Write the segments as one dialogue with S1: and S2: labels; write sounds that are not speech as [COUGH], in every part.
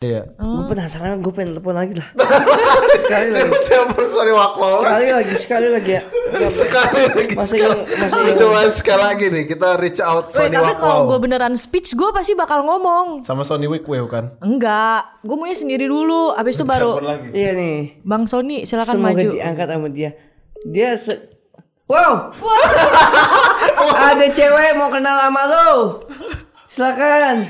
S1: Iya. [LAUGHS]
S2: Gue penasaran, gue pengen telepon lagi lah. sekali lagi,
S1: Telepon sorry wakwal.
S2: sekali lagi, sekali lagi ya.
S1: Sekali lagi.
S2: Masih
S1: sekali-
S2: ingat- masih ingat.
S1: Percobaan sekali lagi nih kita reach out
S3: Wait,
S1: Sony
S3: tapi kalau gue
S1: Wakwal.
S3: beneran speech gue pasti bakal ngomong.
S1: Sama Sony Wickwell kan.
S3: Enggak, gue maunya sendiri dulu. Abis itu baru
S1: Telepon lagi.
S2: Iya nih.
S3: Bang Sony silakan
S2: Semoga
S3: maju.
S2: diangkat sama dia. Dia se Wow. [LAUGHS] Ada cewek mau kenal sama lo. Silakan.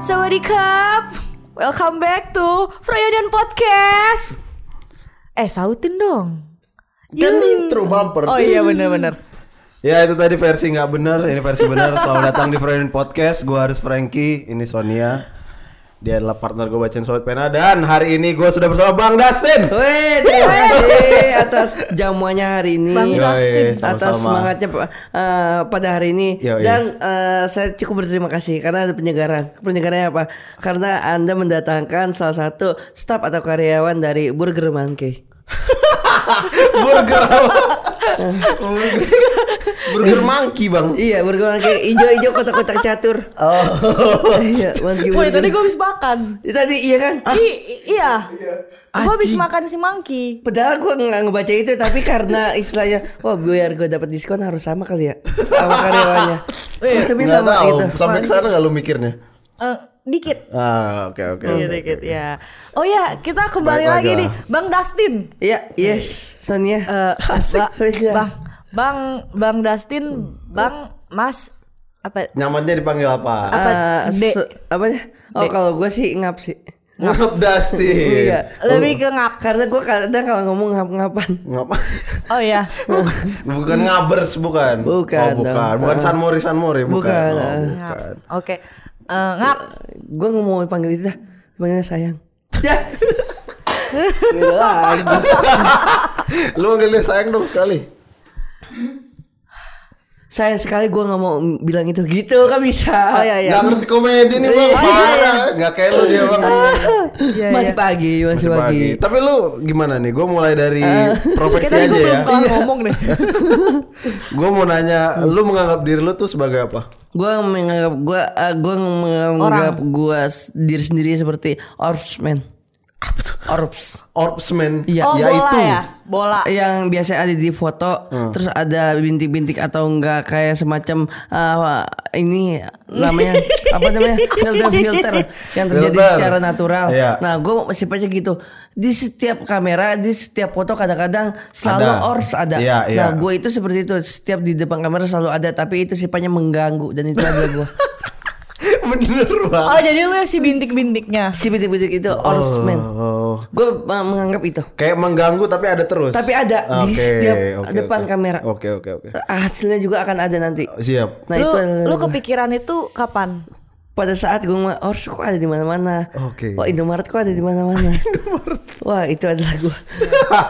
S3: Sawadikap, welcome back to Froyodan Podcast. Eh sautin dong.
S1: Kan
S3: Yuk.
S1: intro bumper.
S3: Oh iya bener-bener.
S1: Ya itu tadi versi nggak bener, ini versi bener. Selamat datang di Friend Podcast. Gua harus Frankie, ini Sonia. Dia adalah partner gue bacain sobat pena dan hari ini gue sudah bersama Bang Dustin.
S2: Weh, terima kasih atas jamuannya hari ini.
S1: Yoi,
S3: Bang Dustin.
S1: sama-sama.
S2: Iya, atas semangatnya Pak, eh, pada hari ini
S1: Yoi.
S2: dan eh, saya cukup berterima kasih karena ada penyegaran. Penyegarannya apa? Karena Anda mendatangkan salah satu staf atau karyawan dari Burger Monkey.
S1: Burger apa? Burger- Burger monkey bang.
S2: Iya, Burger Monkey ijo-ijo kotak-kotak catur. Oh. iya, Monkey
S3: Woi
S2: Burger.
S3: tadi gue habis makan.
S2: Itu tadi iya kan?
S3: I- i- iya. Gue habis
S2: Aji.
S3: makan si monkey.
S2: Padahal gue nggak ngebaca itu tapi karena istilahnya wah biar gue dapat diskon harus sama kali ya sama karyawannya.
S3: Iya.
S2: Sistemnya
S1: Nggak
S2: sama
S1: tahu.
S2: gitu.
S1: Sampai ke sana nggak lu mikirnya?
S3: Eh, dikit.
S1: Ah oke oke.
S3: Dikit-dikit ya. Oh ya kita kembali
S1: Baik
S3: lagi
S1: lagi
S3: nih,
S1: lah.
S3: Bang Dustin.
S2: Iya, yes, Sonia.
S3: Eh,
S1: [LAUGHS]
S2: Asik.
S1: ya.
S3: Ba- bang, bang, bang Dustin, bang, Mas, apa?
S1: Nyamannya dipanggil apa?
S3: apa?
S2: Eh,
S3: D.
S2: se- apa ya? Oh, kalau gue sih ngap sih.
S1: Ngap Dustin.
S2: Iya,
S3: Lebih ke ngap.
S2: karena gue kadang kalau ngomong ngap-ngapan.
S1: Ngap. [LAUGHS]
S3: Oh ya.
S1: bukan ngabers bukan. Oh, bukan.
S2: Bukan dong.
S1: Bukan San Mori San Mori bukan.
S2: Bukan,
S1: Oh,
S2: ah.
S1: bukan.
S3: Oke. Eh, ngap.
S2: Gue nggak mau panggil itu dah, panggilnya
S3: [LAUGHS]
S2: sayang. Ya. Gila lagi.
S1: Lu manggil dia sayang dong sekali.
S2: Sayang sekali gue nggak mau bilang itu gitu kan bisa.
S3: Oh ya ya.
S1: Gak ngerti komedi nih bang.
S2: Iya.
S1: Parah. Gak kayak lu dia bang.
S3: Iya,
S2: masih
S3: iya.
S2: pagi, masih,
S1: Masih
S2: pagi. Ah.
S1: pagi. Tapi lu gimana nih? Gue mulai dari profesi
S3: Kita
S1: aja
S3: gue
S1: ya.
S3: belum kelar ngomong nih.
S1: Gue mau nanya, lu menganggap diri lu tuh sebagai apa?
S2: Gue menganggap gue gue menganggap gue diri sendiri seperti orbs man. Orbs
S1: Orbsman.
S2: Iya.
S3: Oh
S1: [LAUGHS] ya
S3: bola
S1: itu.
S3: ya, bola.
S2: yang biasa ada di foto,
S1: Hmm.
S2: terus ada bintik-bintik atau enggak kayak semacam eh, ini
S1: [LAUGHS]
S2: namanya apa namanya filter-filter yang terjadi
S1: Filter.
S2: secara natural.
S1: Iya.
S2: Nah, gue sifatnya gitu. Di setiap kamera, di setiap foto kadang-kadang selalu
S1: Ada.
S2: orbs ada.
S1: Iya, iya.
S2: Nah, gue itu seperti itu. Setiap di depan kamera selalu ada, tapi itu sifatnya mengganggu dan itu adalah
S1: [LAUGHS]
S2: gue.
S1: [LAUGHS] Bener banget.
S3: Oh jadi lu yang si bintik-bintiknya.
S2: si bintik-bintik itu orbs man.
S1: Oh.
S2: Gue eh, menganggap itu.
S1: Kayak mengganggu tapi ada terus.
S2: Tapi ada di
S1: Oke,
S2: setiap
S1: oke,
S2: depan
S1: oke.
S2: kamera.
S1: Oke oke oke.
S2: Hasilnya juga akan ada nanti.
S1: Siap.
S2: Nah,
S3: lu
S2: itu adalah
S3: lu
S2: gua.
S3: kepikiran itu kapan?
S2: pada saat gue ngomong Ors kok ada di mana-mana.
S1: Oke.
S2: Wah Indomaret kok ada di mana-mana. Wah itu adalah gue.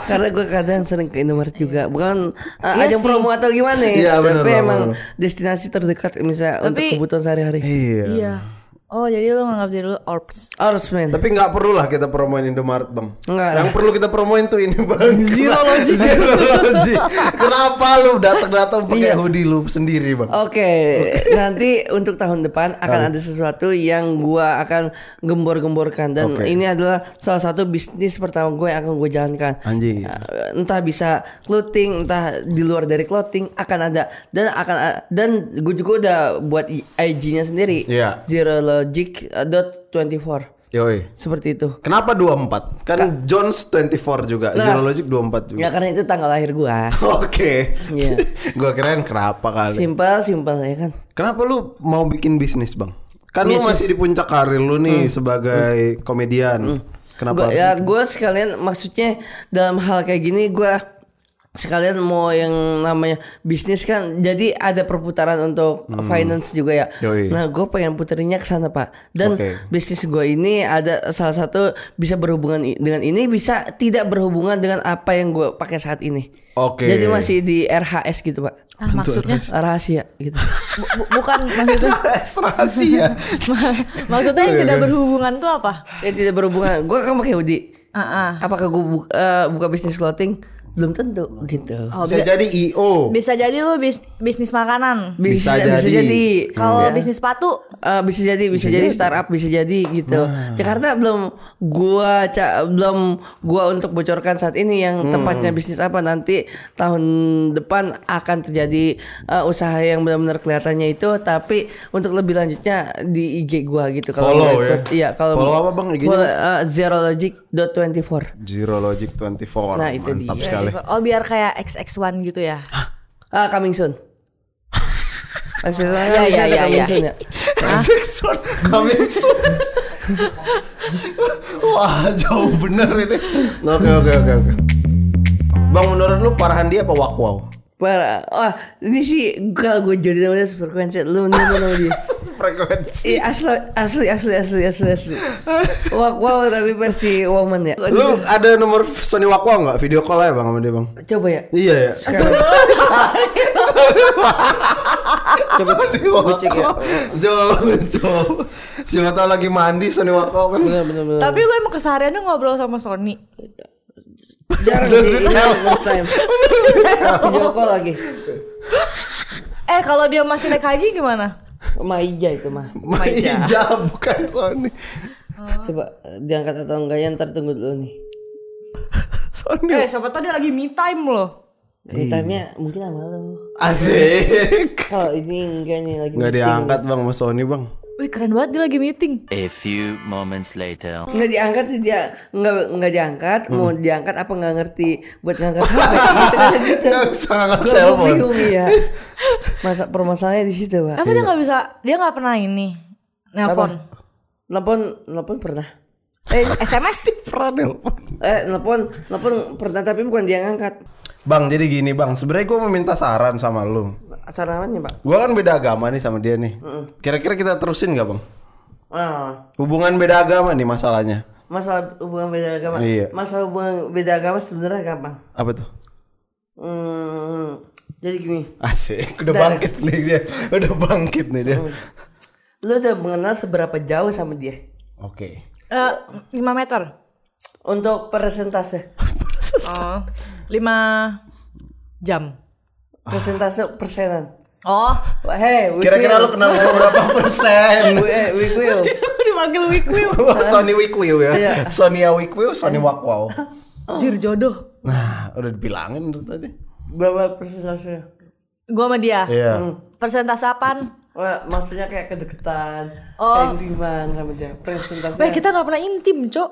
S2: Karena gue kadang sering ke Indomaret juga. Bukan uh,
S3: Iya
S2: ajang
S3: sih.
S2: promo atau gimana
S1: Iya,
S2: ya.
S1: bener,
S2: tapi
S1: bener,
S2: emang
S1: bener.
S2: destinasi terdekat misalnya untuk
S3: Tapi-
S2: kebutuhan sehari-hari.
S1: Iya.
S3: Iya. Oh jadi lu nganggap diri lu orbs.
S2: Ors men.
S1: Tapi nggak perlu lah kita promoin Indomaret bang.
S2: Nggak
S1: Yang perlu kita promoin tuh ini bang.
S3: Zero logi.
S1: [LAUGHS] Zero logi. Kenapa lu datang-datang pakai
S2: Iya.
S1: hoodie lu sendiri bang?
S2: Oke, nanti untuk tahun depan akan ada sesuatu yang gua akan gembor-gemborkan dan
S1: Oke.
S2: ini adalah salah satu bisnis pertama gue yang akan gue jalankan.
S1: Anjing.
S2: Uh, Entah bisa clothing, entah di luar dari clothing akan ada dan akan a- dan gue juga udah buat i- IG-nya sendiri.
S1: Iya.
S2: Zerologic.24
S1: Yoi.
S2: seperti itu.
S1: Kenapa 24? Kan Jones 24 juga.
S2: Nah.
S1: Zero Logic 24 juga.
S2: Ya karena itu tanggal lahir gua.
S1: [LAUGHS] Oke.
S2: Iya.
S1: Gua kirain kenapa kali.
S2: Simple, simple ya kan.
S1: Kenapa lu mau bikin bisnis, Bang? Kan lu masih di puncak karir lu
S2: Hmm.
S1: nih sebagai komedian. Kenapa? [LAUGHS] gitu?
S2: Gua, ya gue sekalian maksudnya dalam hal kayak gini gue sekalian mau yang namanya bisnis kan jadi ada perputaran untuk finance juga ya.
S1: Hmm. Yoi.
S2: Nah gue pengen puterinya ke sana pak. Dan
S1: Oke.
S2: bisnis gue ini ada salah satu bisa berhubungan i- dengan ini bisa tidak berhubungan dengan apa yang gue pakai saat ini.
S1: Oke.
S2: Jadi masih di RHS gitu pak.
S3: Ah, maksudnya
S2: Rahasia gitu.
S3: bu- bu-
S1: [LAUGHS]
S3: bukan maksudnya
S1: rahasia.
S2: [LAUGHS]
S1: ya?
S3: maksudnya yang tidak berhubungan tuh apa?
S2: ya tidak berhubungan. Gue kan pakai hoodie.
S3: ah.
S2: Apakah gue buka, eh, buka bisnis clothing? Belum tentu gitu.
S3: Oh,
S1: Bisa
S3: bisa,
S1: jadi IO.
S3: bisa jadi lu bis- bisnis makanan.
S1: Bisa
S2: Bisa, bisa
S1: jadi.
S2: jadi.
S3: Kalau
S1: Iya.
S2: Ya.
S3: bisnis sepatu
S2: Eh, bisa jadi bisa, jadi, startup bisa jadi gitu. Jakarta belum gua ca- belum gua untuk bocorkan saat ini yang tempatnya bisnis apa nanti tahun depan akan terjadi eh, usaha yang benar-benar kelihatannya itu tapi untuk lebih lanjutnya di IG gua gitu kalau
S1: Follow
S2: mau ikut.
S1: ya?
S2: Iya, kalau
S1: Follow
S2: mau-
S1: apa, Bang, IG-nya,
S2: Follow, eh, zerologic.24.
S1: Zero Logic 24.
S2: Nah, itu
S1: Mantap
S2: dia. [LAUGHS]
S1: sekali.
S3: Oh biar kayak XX1 gitu ya.
S2: Ah, coming soon. Eh, Hasilnya
S3: Ya, ya,
S2: ada
S3: ya,
S2: coming
S3: ya.
S2: soon ya.
S1: Jackson coming
S2: [LAUGHS]
S1: soon. Wah, jauh bener ini. Oke, oke, oke, oke. Bang, menurut lu parahan dia apa wakwaw?
S2: Parah. Wah, ini sih kalau gue jadi namanya superfluencer, lu menurut lu nama dia.
S1: Frekuensi.
S2: Iya asli asli asli asli asli asli. Wak wow tapi versi woman ya.
S1: Lu ada nomor Sony Wakwa nggak? Video call aja bang sama dia bang.
S2: Coba ya.
S1: Iya ya. Coba
S2: gua cek ya.
S1: Coba coba. Siapa tahu lagi mandi Sony Wakwa kan.
S2: Bener bener bener.
S3: Tapi lu emang kesehariannya ngobrol sama Sony.
S2: Jarang sih ini first time. Video call lagi.
S3: Eh kalau dia masih naik haji gimana?
S2: Maija itu mah.
S1: Maija bukan Sony.
S2: Coba eh, diangkat atau enggaknya ntar tunggu dulu nih.
S1: Sony.
S3: Eh siapa tau dia lagi me time loh.
S2: Ini time-nya mungkin sama lu.
S1: Asik.
S2: Kalau ini enggak nih lagi.
S1: Nggak
S2: meeting.
S1: diangkat bang sama Sony bang.
S3: Wih keren banget dia lagi meeting.
S4: A few moments later.
S2: Nggak diangkat dia nggak nggak diangkat
S1: Hmm.
S2: mau diangkat apa nggak ngerti buat
S1: [LAUGHS]
S2: ngangkat HP gitu kan gitu.
S1: Sangat
S2: Gua- gua
S1: telepon.
S2: bingung ya.
S1: [LAUGHS]
S2: Masa permasalahannya di situ pak.
S3: Apa dia
S1: Iya.
S3: nggak bisa? Dia nggak pernah ini. Nelpon.
S2: Nelpon, nelpon pernah. Eh,
S3: SMS.
S1: Pernah nelpon.
S2: eh nelpon, nelpon pernah tapi bukan dia yang angkat.
S1: Bang jadi gini bang, sebenarnya gue meminta saran sama lu.
S2: Sarannya pak.
S1: Gue kan beda agama nih sama dia nih. Kira-kira kita terusin nggak bang?
S2: Ah,
S1: Hubungan beda agama nih masalahnya.
S2: masalah hubungan beda agama.
S1: Iya.
S2: Masalah hubungan beda agama sebenarnya gampang.
S1: Apa tuh?
S2: Hmm, jadi gini,
S1: Asik, udah bangkit nih dia. Udah bangkit nih
S2: Mm.
S1: dia.
S2: lu udah mengenal seberapa jauh sama dia?
S1: Oke.
S3: Eh 5 meter.
S2: Untuk persentase,
S3: Oh. 5 jam.
S2: persentase persenan.
S3: Oh.
S2: Wah, Hey, we
S1: Kira-kira lu
S2: will.
S1: kenal gua berapa persen?
S2: We, eh, we will.
S3: [LAUGHS] Dipanggil Wikwi.
S1: [LAUGHS] Sony Wikwiw ya. Sonia Wikwiw, Sony Wakwaw.
S3: Jir jodoh.
S1: Nah, udah dibilangin dari tadi.
S2: Berapa persentase?
S3: Gua sama dia.
S1: Iya.
S3: Persentase apaan?
S2: Wah, maksudnya kayak kedeketan,
S3: Oh.
S2: kayak intiman sama dia. Persentase.
S3: Weh Eh, kita nggak pernah intim, Cok.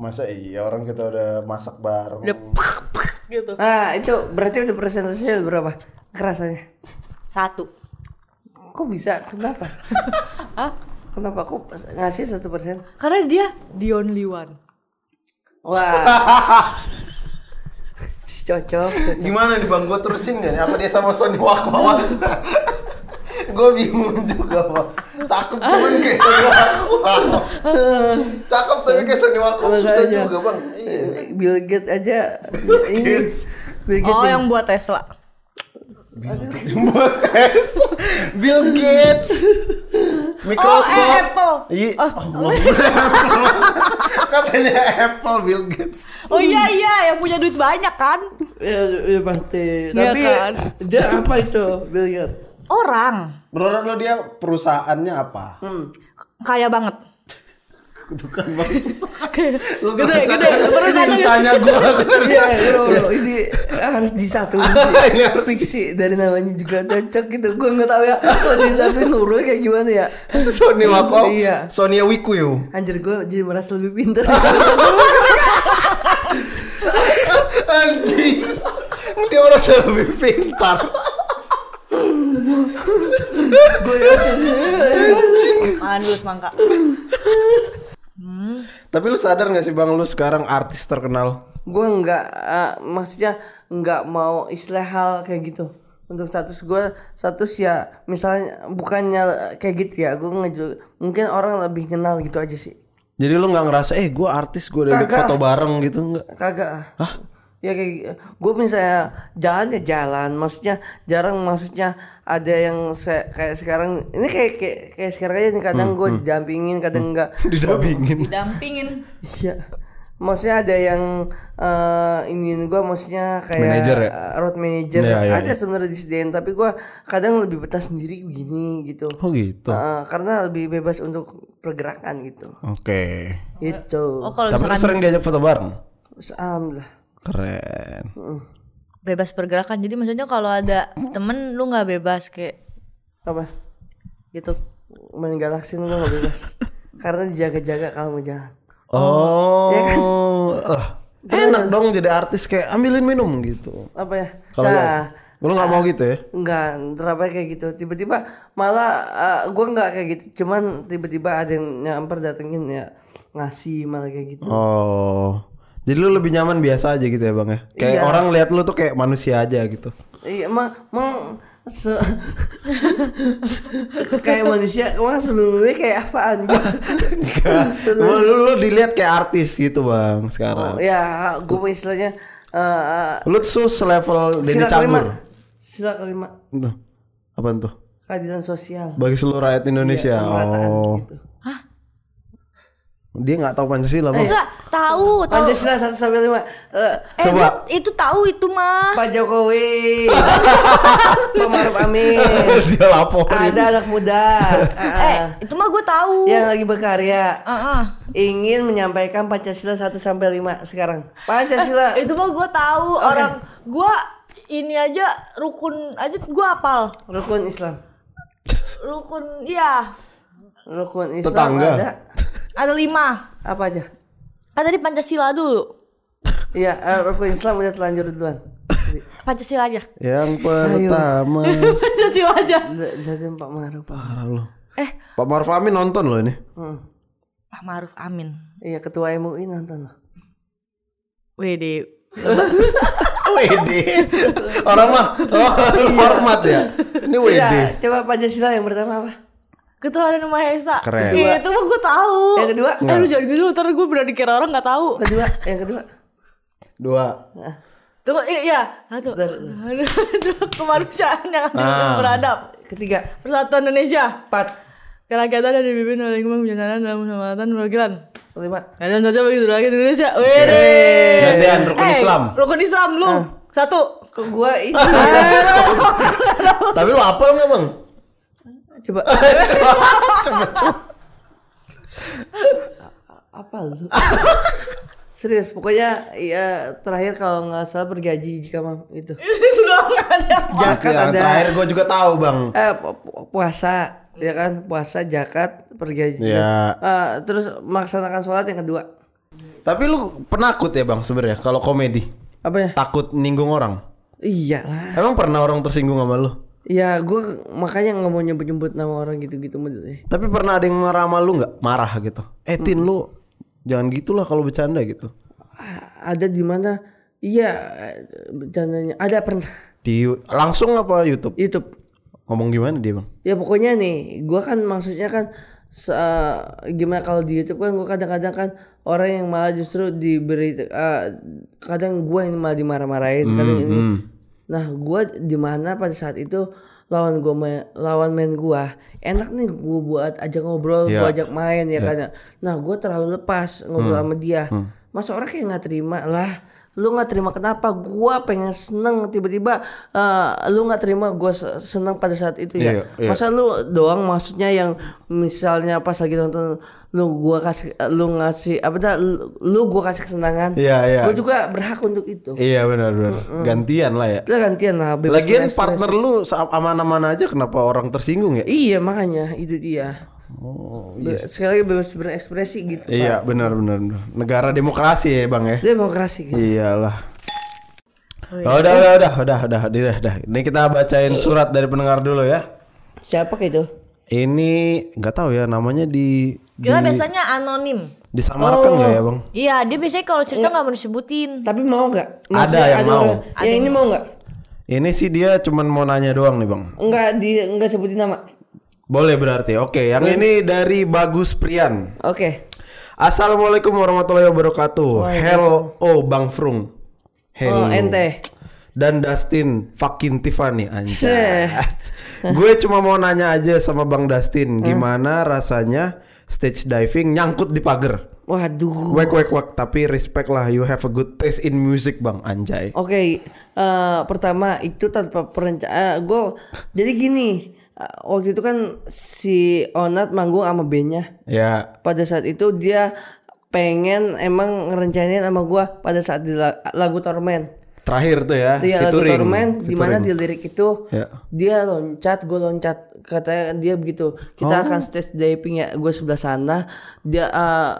S1: Masa iya orang kita udah masak bareng.
S3: Udah pek, pek, gitu.
S2: Ah, itu berarti itu presentasinya berapa? Kerasanya.
S3: Satu.
S2: Kok bisa?
S3: [LAUGHS]
S2: Kenapa? Kenapa kok ngasih satu persen?
S3: Karena dia the only one.
S2: Wah.
S3: [LAUGHS]
S2: cocok, cocok.
S1: Gimana nih Bang, gua terusin gak nih? Apa dia sama Sony Wakwaw? [LAUGHS] gue bingung juga bang cakep cuman kayak Sony Wakwaw cakep tapi kayak Sony Wakwaw susah
S2: Makanya.
S1: juga bang iya
S2: Bill Gates aja ini. Bill Gates.
S3: Oh,
S2: nih.
S3: yang buat Tesla.
S1: buat tes Bill Gates
S3: Oh, eh,
S1: Microsoft
S3: Apple.
S1: Iya. Allah. katanya Apple Bill Gates
S3: Oh iya iya, yang punya duit banyak kan?
S2: ya, ya pasti.
S3: Iya
S2: Tapi
S3: kan?
S2: dia apa itu Bill Gates?
S3: [LAUGHS] Orang
S1: menurut lo dia perusahaannya apa
S3: kaya banget.
S1: itu kan bang lo
S3: Gede,
S1: ngerasa-
S3: gede,
S1: ini
S3: perusahaannya
S1: susahnya gue
S2: Iya, bro, bro, ini harus
S3: [LAUGHS]
S2: disatuin.
S1: [LAUGHS] Ini harus-
S2: fiksi dari namanya juga cocok gitu. Gue nggak tahu ya kalau disatuin urut kayak gimana ya.
S1: Sony Wakwaw
S2: Iya.
S1: Sonia Wikwiw
S2: Anjir gue jadi merasa lebih pinter. [LAUGHS]
S1: anjing dia merasa lebih pintar
S3: Makan dulu semangka.
S1: Tapi lu sadar gak sih bang lu sekarang artis terkenal?
S2: gue nggak eh, maksudnya nggak mau istilah hal kayak gitu. Untuk status gue status ya misalnya bukannya kayak gitu ya gue ngeju mungkin orang lebih kenal gitu aja sih.
S1: Jadi lu nggak ngerasa eh gue artis gue udah
S2: Kagak.
S1: foto bareng gitu
S2: [LAUGHS]
S1: nggak?
S2: Kagak. Ya kayak gue misalnya jalan ya jalan, maksudnya jarang maksudnya ada yang se- kayak sekarang ini kayak kayak, Hmm, kayak sekarang aja nih kadang gue didampingin, kadang enggak.
S1: Didampingin.
S3: Dampingin.
S2: Iya. maksudnya ada yang eh ini gua maksudnya kayak
S5: Manager ya?
S2: eh, road manager
S1: Iya, iya,
S2: ada sebenarnya disediain tapi gua kadang lebih betah sendiri begini gitu.
S1: Oh gitu.
S2: Eh, karena lebih bebas untuk pergerakan gitu.
S1: Oke.
S2: Itu.
S3: Oh
S1: Tapi
S3: kalau
S1: lu
S3: misalkan
S1: sering diajak foto bareng.
S2: Alhamdulillah.
S1: Keren.
S3: bebas pergerakan, jadi maksudnya kalau ada temen lu nggak bebas kayak
S2: Apa?
S3: gitu.
S2: Main galaksin gua nggak
S1: [LAUGHS]
S2: bebas. karena dijaga-jaga kamu jangan.
S1: Oh.
S2: Iya kan?
S1: Lah, enak dong jadi artis kayak ambilin minum gitu.
S2: Apa ya?
S1: Kalau
S2: nah,
S1: lu, lu nggak mau gitu ya?
S2: Enggak, nerapnya kayak gitu. Tiba-tiba malah eh, gua nggak kayak gitu. Cuman tiba-tiba ada yang nyamper datengin ya ngasih malah kayak gitu.
S1: Oh. Jadi lu lebih nyaman biasa aja gitu ya bang ya? Kayak
S2: Iya.
S1: orang lihat lu tuh kayak manusia aja gitu.
S2: Iya, emang emang se- [LAUGHS] kayak manusia emang seluruhnya kayak apaan gitu. [LAUGHS]
S1: lu, lu, lu dilihat kayak artis gitu bang sekarang.
S2: ya, gue istilahnya eh, eh,
S1: Lu tuh selevel Denny
S2: sila kelima.
S1: Cagur.
S2: Sila kelima
S1: Tuh. Apaan tuh?
S2: keadilan sosial.
S1: Bagi seluruh rakyat Indonesia.
S2: Iya, pemerataan
S1: oh.
S2: gitu.
S1: Dia nggak tahu Pancasila bang.
S3: Enggak, tahu, tahu.
S2: Pancasila 1 sampai 5.
S3: Eh,
S1: Coba.
S3: gua itu tahu itu mah.
S2: Pak Jokowi. Pak Maruf Amin.
S1: [LAUGHS] Dia lapor.
S2: Iya. ada anak muda
S3: Eh,
S2: ah, Iya.
S3: itu mah gua tahu.
S2: yang lagi berkarya
S3: Ah, ah.
S2: ingin menyampaikan Pancasila 1 sampai 5 sekarang. Pancasila
S3: Itu mah gua tahu orang gua ini aja rukun aja gua apal.
S2: rukun Islam.
S3: Rukun iya,
S2: Rukun Islam
S1: Tetangga.
S2: ada
S3: ada lima.
S2: apa aja?
S3: Kan tadi Pancasila dulu.
S2: Iya, eh, rukun Islam udah telanjur duluan. Jadi,
S3: Pancasila aja. [LAUGHS]
S1: Yang pertama.
S3: Pancasila aja.
S2: udah- Jadi Pak Maruf.
S1: Parah lu.
S3: Eh,
S1: Pak Maruf Amin nonton loh
S2: [LAUGHS]
S1: ini.
S2: Hmm.
S3: Pak Maruf Amin.
S2: Iya, ketua MUI nonton loh.
S3: Wede.
S1: WD. Orang mah oh, hormat ya. Ini WD.
S2: Iya, coba Pancasila yang pertama apa?
S3: Ketuhanan yang Maha Esa.
S1: Keren.
S3: Iya, itu mah gua tahu.
S2: Yang kedua?
S3: Eh, lu jangan gitu, ntar gua bener dikira orang nggak tahu.
S2: Kedua, yang kedua. Nah,
S1: Dua.
S3: Tunggu, iya, iya. Satu. Itu kemanusiaan yang adil dan
S1: Ah.
S3: beradab.
S2: Ketiga,
S3: Persatuan Indonesia.
S2: empat,
S3: Kerakyatan yang dipimpin oleh lingkungan kebencanaan dalam keselamatan perwakilan.
S2: lima.
S3: Kalian saja bagi seluruh rakyat Indonesia. Wede.
S2: Eh.
S3: Eh,
S1: Gantian, rukun Islam. Ah.
S3: Rukun Islam lu. Satu.
S2: Ke gua itu.
S1: Tapi lu apal nggak bang?
S2: [LAUGHS] coba
S1: coba, coba, coba.
S2: apa lu? Serius, pokoknya ya terakhir kalau nggak salah bergaji jika mau itu.
S3: Itu doang ada.
S2: Jakat
S1: Yang
S2: ada.
S1: terakhir gue juga tahu bang.
S2: Eh pu- pu- puasa ya kan puasa jakat bergaji.
S1: Ya.
S2: Eh, terus melaksanakan sholat yang kedua
S1: Tapi lu penakut ya bang sebenarnya kalau komedi.
S2: apa ya?
S1: Takut ninggung orang.
S2: Iyalah.
S1: Emang pernah orang tersinggung sama lu?
S2: Ya gue makanya nggak mau nyebut-nyebut nama orang gitu-gitu modelnya.
S1: Tapi pernah ada yang marah sama lu nggak? Marah gitu. Eh Tin lu jangan gitulah kalau bercanda gitu.
S2: A- Ada di mana? Iya, eh, bercandanya ada pernah
S1: Di Yu- langsung apa YouTube?
S2: YouTube.
S1: Ngomong gimana dia bang?
S2: Ya pokoknya nih, gua kan maksudnya kan se- eh, gimana kalau di YouTube kan gua kadang-kadang kan orang yang malah justru diberi eh, kadang gua yang malah dimarah-marahin, kadang ini. Nah, gua di mana pada saat itu lawan gua ma- lawan main gua enak nih gua buat ajak ngobrol, gua ajak main ya kan. Nah, gua terlalu lepas ngobrol sama dia. Masa orang kayak nggak terima lah lu nggak terima kenapa gua pengen seneng tiba-tiba eh, lu nggak terima gua se- seneng pada saat itu ya
S1: Iya, iya.
S2: masa lu doang maksudnya yang misalnya pas lagi nonton lu gua kasih lu ngasih apa dah lu, lu gua kasih kesenangan
S1: Iya, iya.
S2: gua juga berhak untuk itu
S1: Iya benar benar. Gantian lah ya.
S2: itu gantian lah bebas
S1: Lagian
S2: berekspresi.
S1: partner lu sa- aman-aman aja kenapa orang tersinggung ya?
S2: iya makanya itu dia
S1: Oh,
S2: Be- sekali lagi bebas berekspresi gitu Pak.
S1: Iya benar benar. benar. Negara demokrasi ya bang ya.
S2: demokrasi gitu
S1: Iyalah. Oh, udah, udah, udah, udah, udah, udah, udah. Ini kita bacain surat dari pendengar dulu ya.
S2: siapa kayak itu
S1: Ini nggak tahu ya namanya di
S3: Kita biasanya anonim.
S1: disamarkan nggak
S2: Oh.
S1: ya bang?
S3: Iya, dia biasanya kalau cerita nggak mau disebutin.
S2: tapi mau nggak
S1: Ada yang mau.
S2: orang- yang ini mau nggak
S1: Ini sih dia cuman mau nanya doang nih bang.
S2: nggak di nggak sebutin nama
S1: Boleh berarti. Oke, yang ini dari Bagus Prian.
S2: oke
S1: Assalamualaikum warahmatullahi wabarakatuh. Hello, oh Bang Frung.
S2: oh
S1: Hello.
S2: ente
S1: Dan Dustin fucking Tiffany anjay.
S2: Seh.
S1: [LAUGHS] Gue cuma mau
S2: Eh.
S1: nanya aja sama Bang Dustin, gimana rasanya stage diving nyangkut di pagar?
S2: Waduh.
S1: Wek wek wek tapi respect lah you have a good taste in music bang anjay.
S2: Oke, eh, pertama itu tanpa perencanaan. gue jadi gini, eh, waktu itu kan si Onat manggung sama bandnya.
S1: Ya.
S2: Pada saat itu dia pengen emang ngerencanain sama gua pada saat di la- lagu Torment.
S1: Terakhir tuh ya.
S2: Iya lagu
S1: featuring.
S2: Torment di mana di
S1: Featuring.
S2: lirik itu
S1: Ya.
S2: dia loncat, gue loncat. Katanya dia
S1: Oh.
S2: begitu. Kita akan stage diving ya. Gue sebelah sana, dia eh,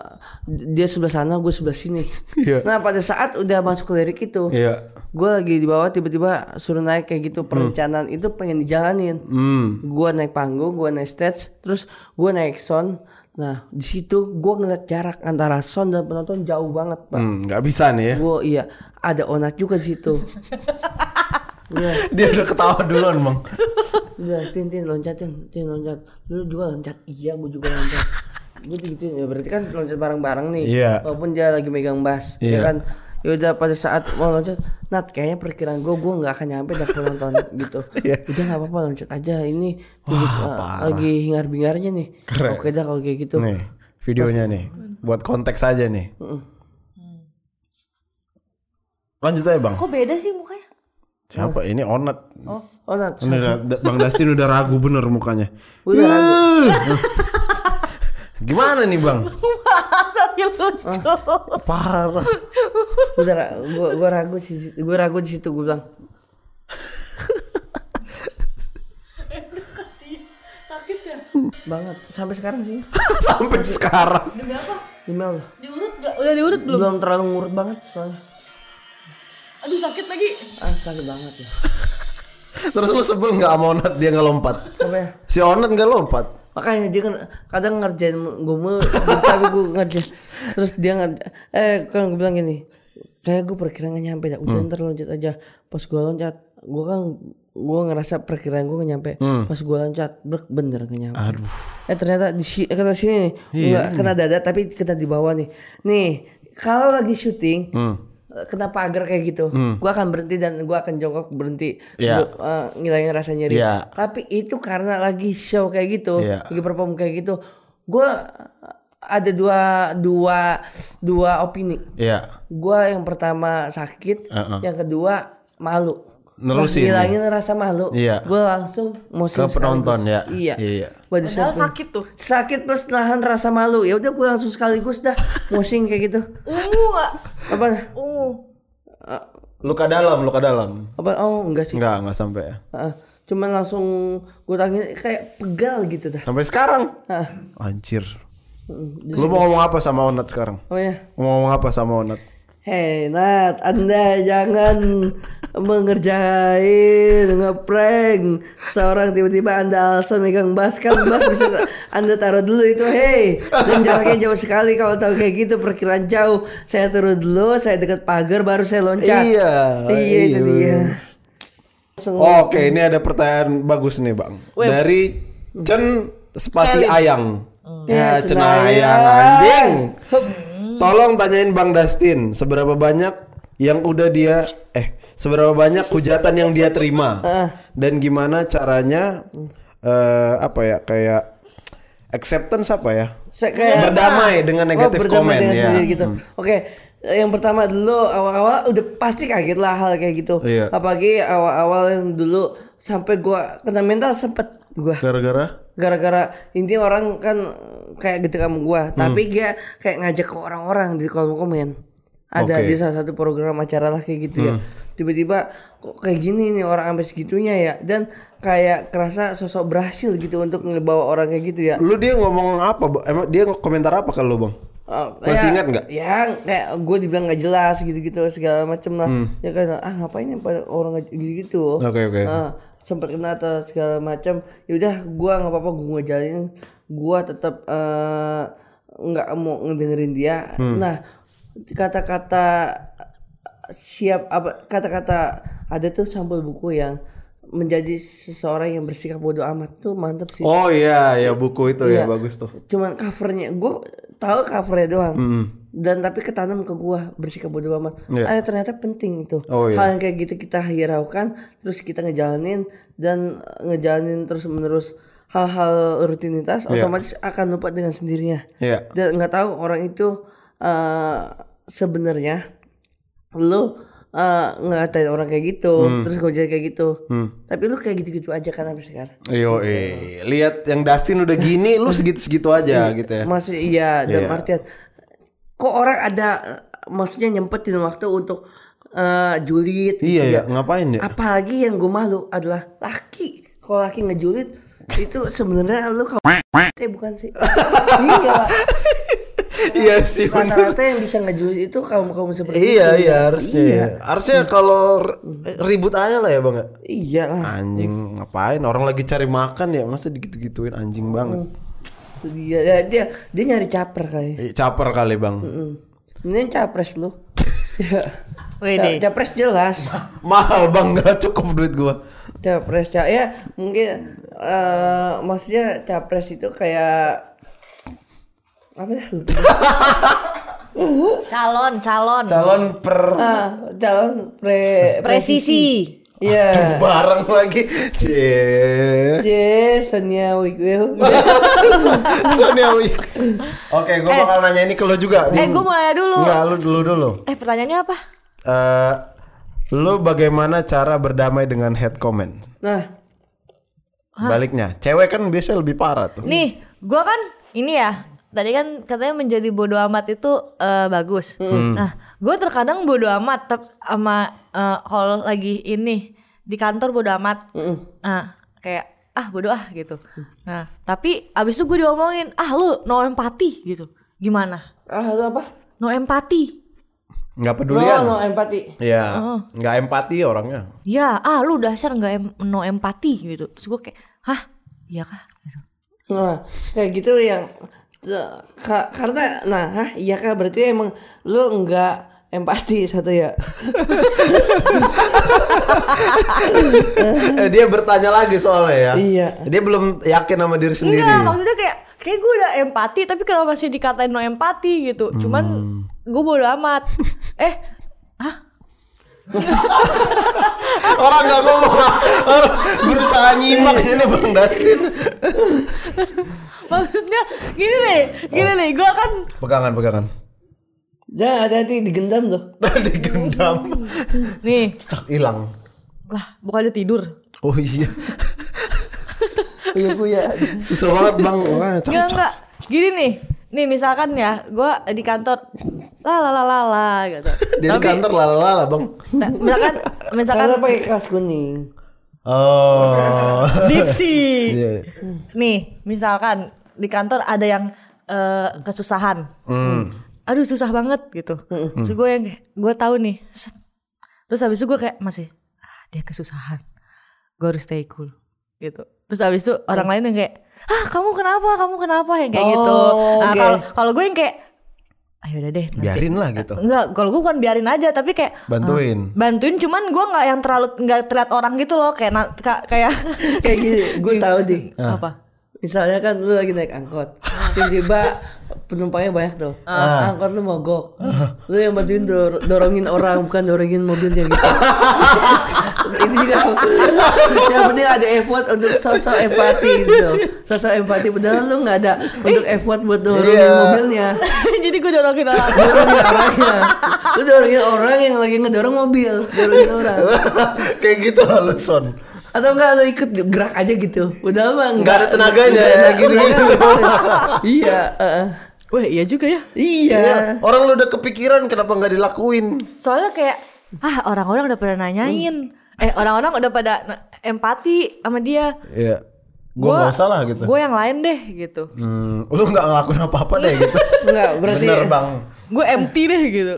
S2: dia sebelah sana, gue sebelah sini.
S1: Iya.
S2: Nah pada saat udah masuk ke lirik itu,
S1: Iya.
S2: gue lagi di bawah tiba-tiba suruh naik kayak gitu perencanaan itu pengen dijalanin
S1: Hmm.
S2: gue naik panggung gue naik stage terus gue naik sound nah di situ gue ngeliat jarak antara sound dan penonton jauh banget pak
S1: Hmm, nggak bisa nih ya.
S2: gue iya ada onat juga di situ
S1: [LAUGHS] Dia udah ketawa duluan bang.
S2: udah Iya, tin tin loncat tin tin loncat lu juga loncat iya gue juga loncat gue gitu ya berarti kan loncat bareng-bareng nih
S1: Iya.
S2: walaupun dia lagi megang bass
S1: Iya.
S2: ya kan ya udah pada saat mau loncat Nat kayaknya perkiraan gue gue nggak akan nyampe dah kalau nonton gitu
S1: Iya.
S2: udah nggak apa-apa loncat aja ini lagi- uh, lagi hingar-bingarnya nih
S1: Keren.
S2: oke dah kalau kayak gitu
S1: Nih videonya nih. Buat konteks aja nih. Lanjut aja bang.
S3: Kok beda sih mukanya?
S1: Siapa ini Onat?
S2: oh Nat
S1: Ini udah- da- bang Dustin udah ragu bener [LAUGHS] mukanya.
S2: Udah ragu.
S1: Ih. Gimana nih bang? Ah,
S3: Tapi lucu.
S1: Parah. [LAUGHS]
S2: udah gue gue ragu sih gue ragu di situ gue bilang
S3: Sakit ya?
S2: banget sampai sekarang sih
S1: Sampai sekarang.
S3: Demi apa?
S2: demi Allah
S3: Diurut gak? Udah diurut belum?
S2: belum terlalu ngurut banget soalnya
S3: Aduh sakit lagi.
S2: ah sakit banget ya
S1: Terus lu sebel nggak sama Onat dia nggak lompat?
S2: apa ya
S1: Si Onat nggak lompat.
S2: makanya dia kan kadang ngerjain gue mulu tapi gue ngerjain terus dia ngerjain eh kan gue bilang gini kayak gue perkiraan gak nyampe dah udah ntar loncat aja pas gue loncat gue kan gue ngerasa perkiraan gue gak nyampe pas gue loncat brek bener gak nyampe
S1: Aduh.
S2: eh ternyata di si- kena sini
S1: Iya,
S2: nih nggak kena dada tapi kena di bawah nih nih kalau lagi syuting
S1: Hmm.
S2: eh, Kenapa agar kayak gitu? Gua akan berhenti dan gua akan jongkok berhenti
S1: Iya.
S2: Gua, eh, ngilangin rasa nyeri.
S1: Iya.
S2: Tapi itu karena lagi show kayak gitu,
S1: Iya.
S2: lagi perform kayak gitu, gue ada dua dua dua opini.
S1: Iya.
S2: Gue yang pertama sakit,
S1: Uh-uh.
S2: yang kedua malu.
S1: Nerusin.
S2: Pas Ngilangin rasa malu.
S1: Iya.
S2: Gue langsung motion
S1: Ke penonton,
S2: sekaligus.
S1: ya.
S2: Iya.
S1: Iya.
S2: Body
S3: Padahal
S2: shaming.
S3: sakit tuh.
S2: Sakit plus nahan rasa malu. Ya udah gue langsung sekaligus dah motion kayak gitu.
S3: Ungu gak?
S2: Apa? Ah,
S3: Ungu.
S1: Luka dalam, luka dalam.
S2: Apa? Oh enggak sih.
S1: Enggak, enggak sampai. ya.
S2: Heeh. Cuman langsung gue tangin kayak pegal gitu dah. Ah,
S1: Sampai sekarang.
S2: Heeh.
S1: Anjir. Lu mau ngomong apa sama Onat sekarang?
S2: Oh ya.
S1: Mau ngomong apa sama Onat?
S2: Hei Nat, anda jangan mengerjain ngeprank seorang tiba-tiba anda alasan megang bas kan bas bisa anda taruh dulu itu hei dan jaraknya jauh sekali kalau tahu kayak gitu perkiraan jauh saya turun dulu saya dekat pagar baru saya loncat
S1: Iya,
S2: iya itu
S1: iya.
S2: dia
S1: Oke, ini ada pertanyaan bagus nih, Bang. Dari Chen spasi Ayang. Ya, Chen Ayang anjing. Tolong tanyain Bang Dustin seberapa banyak yang udah dia eh seberapa banyak hujatan yang dia terima dan gimana caranya eh apa ya kayak acceptance apa ya?
S2: saya kayak Oh,
S1: Berdamai dengan negatif
S2: berdamai
S1: komen,
S2: dengan
S1: ya.
S2: sendiri gitu. Oke, eh, yang pertama dulu awal-awal udah pasti kaget lah hal kayak gitu.
S1: Iya.
S2: Apalagi awal-awal yang dulu sampai gua kena mental sempet gua
S1: Gara-gara
S2: gara-gara intinya orang kan eh, kayak gitu kamu
S1: Hmm.
S2: gua, tapi dia kayak ngajak ke orang-orang di kolom komen.
S1: Oke.
S2: Ada
S1: Hmm.
S2: di salah satu program acara lah kayak gitu ya. Tiba-tiba kok kayak gini nih orang sampai segitunya ya dan kayak kerasa sosok berhasil gitu untuk ngebawa orang kayak gitu ya.
S1: lu dia ngomong apa? Bang? Emang dia komentar apa ke lu, Bang?
S2: Oh,
S1: Masih
S2: ya,
S1: ingat nggak?
S2: Ya, kayak gue dibilang nggak jelas gitu-gitu segala macem lah. Ya kan, ah ngapain ya pada orang nggak- gitu-gitu.
S1: Hmm. Oke, oke.
S2: Nah, sempat kena atau segala macam. Ya udah, gue nggak apa-apa, gue ngejalin, gue tetap eh, nggak mau ngedengerin dia.
S1: Hmm.
S2: Nah, kata-kata siap apa kata-kata ada tuh sampul buku yang menjadi seseorang yang bersikap bodoh amat tuh mantep sih
S1: Oh iya, ya buku itu ya
S2: Iya.
S1: bagus tuh.
S2: cuman covernya gue tahu covernya doang dan tapi ketanam ke gua bersikap bodo amat
S1: Iya.
S2: ah ternyata penting itu
S1: Oh, iya.
S2: hal yang kayak gitu kita hiraukan terus kita ngejalanin dan eh, ngejalanin terus menerus hal-hal rutinitas
S1: Iya.
S2: otomatis akan lupa dengan sendirinya
S1: Iya.
S2: dan nggak tahu orang itu eh, sebenarnya lu eh, ngatain orang kayak gitu,
S1: Hmm.
S2: terus gojek kayak gitu. Tapi lu kayak gitu-gitu aja kan sampai sekarang.
S1: Yo, eh. Iya. lihat yang Dustin udah gini, lu segitu-segitu aja gitu ya.
S2: Maksudnya iya
S1: Iya.
S2: dalam artian kok orang ada eh, maksudnya nyempetin waktu untuk eh, julid gitu
S1: Iya ya,
S2: ya.
S1: ngapain ya?
S2: Apalagi yang gue malu adalah laki. Kalau laki ngejulit itu sebenarnya lu kau eh bukan sih. iya.
S1: [LAUGHS] Iya sih. bener.
S2: Rata-rata yang bisa ngejulit itu kaum kaum seperti
S1: Iya
S2: itu.
S1: iya harusnya. ya. Harusnya kalau r- ribut aja lah ya bang. ya?
S2: Iya lah.
S1: Anjing ngapain? Orang lagi cari makan ya masa digitu-gituin anjing banget.
S2: Itu Dia, Ya, dia dia nyari caper kali.
S1: Eh, caper kali bang.
S2: Ini capres lu. Iya.
S3: Wede.
S2: Ya, capres jelas.
S1: Mahal bang gak cukup duit gua.
S2: Capres ca- ya mungkin eh maksudnya capres itu kayak apa ya [LAUGHS] lupa.
S3: Calon, calon.
S1: Calon per
S2: Ah, calon pre
S3: Presisi.
S2: Iya.
S1: bareng lagi. Cie.
S2: Jasonia Wigwil.
S1: Sonia Wik. Oke, gua
S3: Eh.
S1: bakal nanya ini ke lo juga.
S3: Eh, gua mau nanya dulu.
S1: Enggak, lu dulu dulu.
S3: Eh, pertanyaannya apa?
S1: Eh, lu bagaimana cara berdamai dengan head comment?
S2: Nah,
S1: Sebaliknya, cewek kan biasanya lebih parah tuh.
S3: Nih, gua kan ini ya. Tadi kan katanya menjadi bodoh amat itu eh, bagus. Nah, gue terkadang bodoh amat tep, sama eh, kalau lagi ini di kantor bodoh amat. Nah, kayak ah bodoh ah gitu. Nah, tapi abis itu gue diomongin, ah lu no empati gitu. Gimana?
S2: ah lu apa?
S3: No empati.
S1: Nggak
S2: No,
S1: pedulian.
S2: no empati.
S1: Iya,
S3: Oh.
S1: nggak empati orangnya.
S3: Ya, ah lu dasar nggak em- no empati gitu. Terus gue kayak, hah? Iya kah? Gitu.
S2: Nah, kayak gitu yang ka- karena nah hah, iya kak berarti emang lu nggak empati satu ya
S1: Eh, dia bertanya lagi soalnya ya.
S2: Iya.
S1: Dia belum yakin sama diri sendiri.
S3: Enggak, maksudnya kayak kayak gue udah empati tapi kenapa masih dikatain no empati gitu. Cuman
S1: Hmm.
S3: gue bodo amat. [LAUGHS] eh,
S1: Orang nggak ngomong. Orang berusaha nyimak ini Bang Dustin.
S3: maksudnya gini nih, gini nih, gue kan
S1: Pegangan, pegangan. [LAUGHS]
S2: jangan hati-hati digendam loh
S1: Tadi gendam.
S3: nih,
S1: Cak, Hilang.
S3: lah bukannya tidur.
S1: Oh iya. Oh,
S2: iya ku ya
S1: Susah banget Bang. Wah, cak,
S3: Enggak,
S1: cak.
S3: enggak. Gini nih, nih misalkan ya, gue di kantor la la la la la gitu.
S1: Dia di kantor lalala Bang.
S3: Nah, misalkan misalkan
S1: ya?
S2: karena pakai kaos kuning
S1: Oh.
S3: dipsi.
S1: Iya. iya.
S3: Hmm. Nih, misalkan di kantor ada yang eh, kesusahan.
S1: Hmm.
S3: Aduh, susah banget gitu.
S2: Hmm.
S3: Terus gue yang gue tahu nih. set. Terus habis itu gue kayak masih ah, dia kesusahan. Gue harus stay cool gitu. Terus habis itu orang
S2: Hmm.
S3: lain yang kayak, "Ah, kamu kenapa? Kamu kenapa?" yang kayak gitu.
S2: Oh,
S3: Nah,
S2: oke.
S3: kalau kalau gue yang kayak ayo udah deh nanti.
S1: Biarin lah gitu.
S3: Enggak, kalau gue bukan biarin aja tapi kayak "Ah,
S1: Bantuin.
S3: bantuin cuman gue nggak yang terlalu nggak terlihat orang gitu loh kayak na- ka- kayak
S2: kayak gini gue tahu deh
S1: Ah.
S3: [LAUGHS] apa?
S2: misalnya kan lu lagi naik angkot tiba-tiba penumpangnya banyak tuh Ah, angkot lu mogok lu yang bantuin dor- dorongin orang bukan dorongin mobilnya gitu ini juga yang penting ada effort untuk sosok empati gitu sosok empati padahal lu nggak ada untuk effort buat dorongin
S1: Iya.
S2: mobilnya
S3: [LAUGHS] Jadi gue dorongin orang.
S2: dorongin orangnya lu dorongin orang yang lagi ngedorong mobil dorongin orang
S1: [LAUGHS] Kayak gitu alasan.
S2: atau enggak lo ikut gerak aja gitu udah mah
S1: Nggak ada tenaganya,
S2: Nggak ada-
S1: ya, gini-gini.
S2: nggak ada
S1: [LAUGHS]
S2: tenaganya. iya eh.
S3: Wah iya juga ya.
S2: iya
S1: Iya. Orang lu udah kepikiran kenapa nggak dilakuin?
S3: Soalnya kayak ah orang-orang udah pada nanyain. Eh orang-orang udah pada na- empati sama dia.
S1: Iya. Gue nggak usah lah gitu.
S3: Gue yang lain deh gitu.
S1: Hmm, lu nggak ngelakuin apa-apa deh
S3: [LAUGHS]
S1: gitu.
S2: enggak berarti
S3: ya.
S1: Bener bang.
S3: Gue empty deh gitu.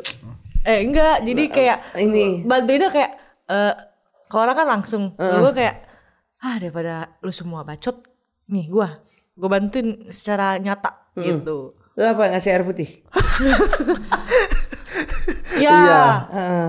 S3: Eh enggak, jadi
S1: Nah,
S3: kayak
S2: ini.
S3: bantuinnya kayak eh kalau orang kan langsung.
S1: Eh.
S3: Gue kayak ah daripada lu semua bacot nih gue. Gue bantuin secara nyata
S1: Hmm.
S3: gitu.
S2: lo apa ngasih air putih
S3: Ya.